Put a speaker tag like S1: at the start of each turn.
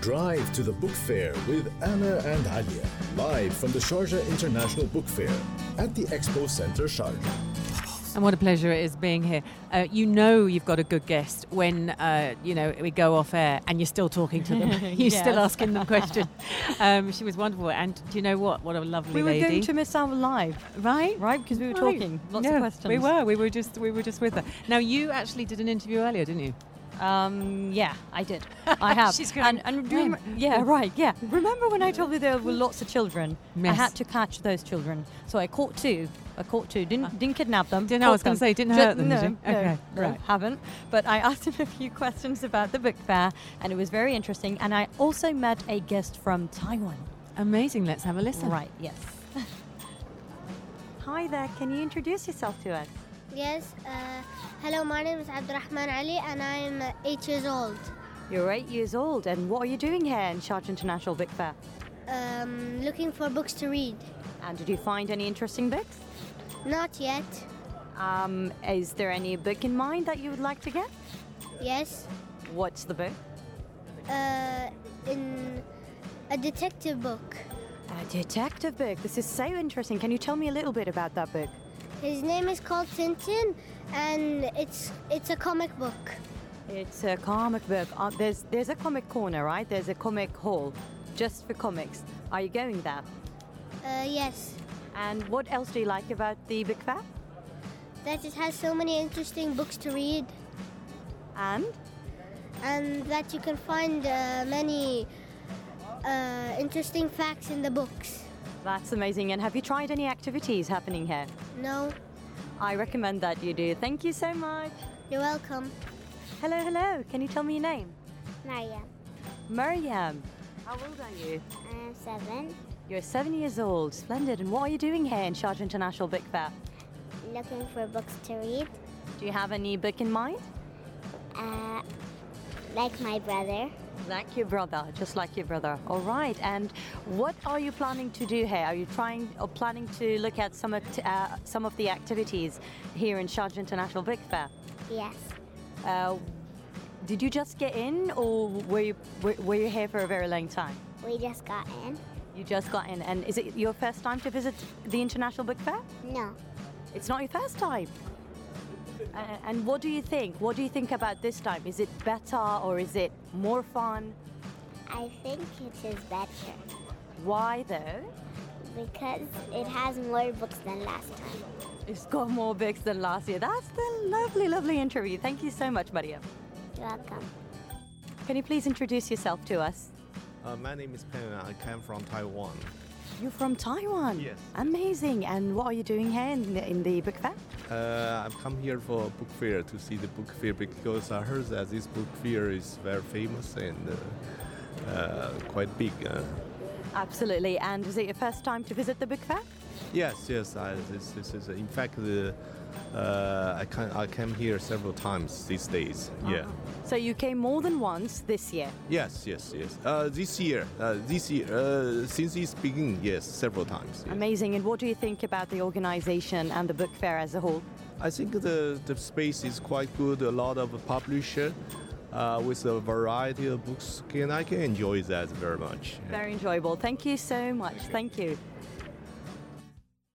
S1: drive to the book fair with Anna and Halia, live from the Sharjah International Book Fair at the Expo Center Sharjah.
S2: And what a pleasure it is being here. Uh, you know you've got a good guest when uh, you know we go off air and you're still talking to them. you're still
S3: Yes.
S2: asking them questions. Um, she was wonderful, and do you know what? What a lovely
S3: We were
S2: lady.
S3: going to miss out live,
S2: right,
S3: right? Because we were
S2: Right.
S3: talking, lots
S2: Yeah,
S3: of questions.
S2: We were, we were just, we were just with her. Now you actually did an interview earlier, didn't you?
S3: Um, yeah, I did. I have.
S2: She's going,
S3: And, and do you
S2: "When?"
S3: rem- yeah, right. Yeah. Remember when I told you there were lots of children? I
S2: Yes.
S3: had to catch those children, so I caught two. I caught two. Didn't didn't kidnap them.
S2: Uh, Didn't- I was
S3: caught
S2: gonna
S3: them.
S2: say, didn't
S3: Ju-
S2: hurt them,
S3: No,
S2: did you?
S3: no,
S2: Okay,
S3: no,
S2: right.
S3: haven't. But I asked them a few questions about the book fair, and it was very interesting. And I also met a guest from Taiwan.
S2: Amazing. Let's have a listen.
S3: Right. Yes. Hi there. Can you introduce yourself to us?
S4: Yes. Uh, hello, my name is Abdurrahman Ali, and I am uh, eight years old.
S3: You're eight years old, and what are you doing here in Sharjah International Book Fair?
S4: Um, looking for books to read.
S3: And did you find any interesting books?
S4: Not yet.
S3: Um, is there any book in mind that you would like to get?
S4: Yes.
S3: What's the book?
S4: Uh, in a detective book.
S3: A detective book. This is so interesting. Can you tell me a little bit about that book?
S4: His name is called Tintin, and it's it's a comic book.
S3: It's a comic book. Uh, there's there's a comic corner, right? There's a comic hall, just for comics. Are you going there?
S4: Uh, yes.
S3: And what else do you like about the book fair?
S4: That it has so many interesting books to read,
S3: And
S4: and that you can find uh, many uh, interesting facts in the books.
S3: that's amazing. And have you tried any activities happening here?
S4: No,
S3: I recommend that you do. Thank you so much.
S4: you're welcome.
S3: Hello, hello. Can you tell me your name?
S4: Maria,
S3: Mariam. How old are you?
S4: I am seven.
S3: You're seven years old. Splendid. And what are you doing here in Sharjah International Book Fair?
S4: looking for books to read,
S3: Do you have any book in mind?
S4: uh, like my brother.
S3: Like your brother, just like your brother. All right. And what are you planning to do here? Are you trying or planning to look at some of, t- uh, some of the activities here in Sharjah International Book Fair?
S4: Yes,
S3: Uh, did you just get in, or were you were, were you here for a very long time?
S4: we just got in.
S3: You just got in, and is it your first time to visit the International Book Fair?
S4: No,
S3: It's not your first time. Uh, and what do you think? What do you think about this time? Is it better or is it more fun?
S4: I think it is better
S3: Why though?
S4: because it has more books than last time.
S3: It's got more books than last year. That's the lovely, lovely interview. Thank you so much, Maria.
S4: You're welcome.
S3: Can you please introduce yourself to us?
S5: Uh, my name is Pen and I come from Taiwan.
S3: You're from Taiwan.
S5: Yes.
S3: Amazing. And what are you doing here in the, in the book fair?
S5: Uh, I've come here for a book fair to see the book fair because I heard that this book fair is very famous and uh, uh, quite big. Uh,
S3: Absolutely. And is it your first time to visit the book fair?
S5: yes, yes. I, this, this is in fact the, uh, I can, I came here several times these days. Yeah.
S3: So you came more than once this year.
S5: Yes, yes, yes. Uh, this year, uh, this year, uh, since its beginning, yes, several times. yes.
S3: Amazing. And what do you think about the organization and the book fair as a whole?
S5: I think the, the space is quite good. A lot of publisher uh, with a variety of books, and I can enjoy that very much.
S3: Very enjoyable. Thank you so much. Thank you.